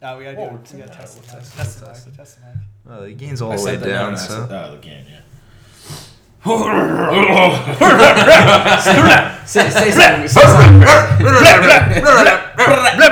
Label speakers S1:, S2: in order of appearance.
S1: No, we gotta do
S2: Whoa,
S1: it. We gotta test,
S2: test
S1: it.
S2: the mic, test
S1: test,
S2: the
S1: the mic. Test the mic.
S3: Well, the gain's all
S4: I
S3: the way
S4: said that
S3: down,
S4: and I
S3: so.
S4: said, oh, again, yeah.
S1: say, say something. Say something.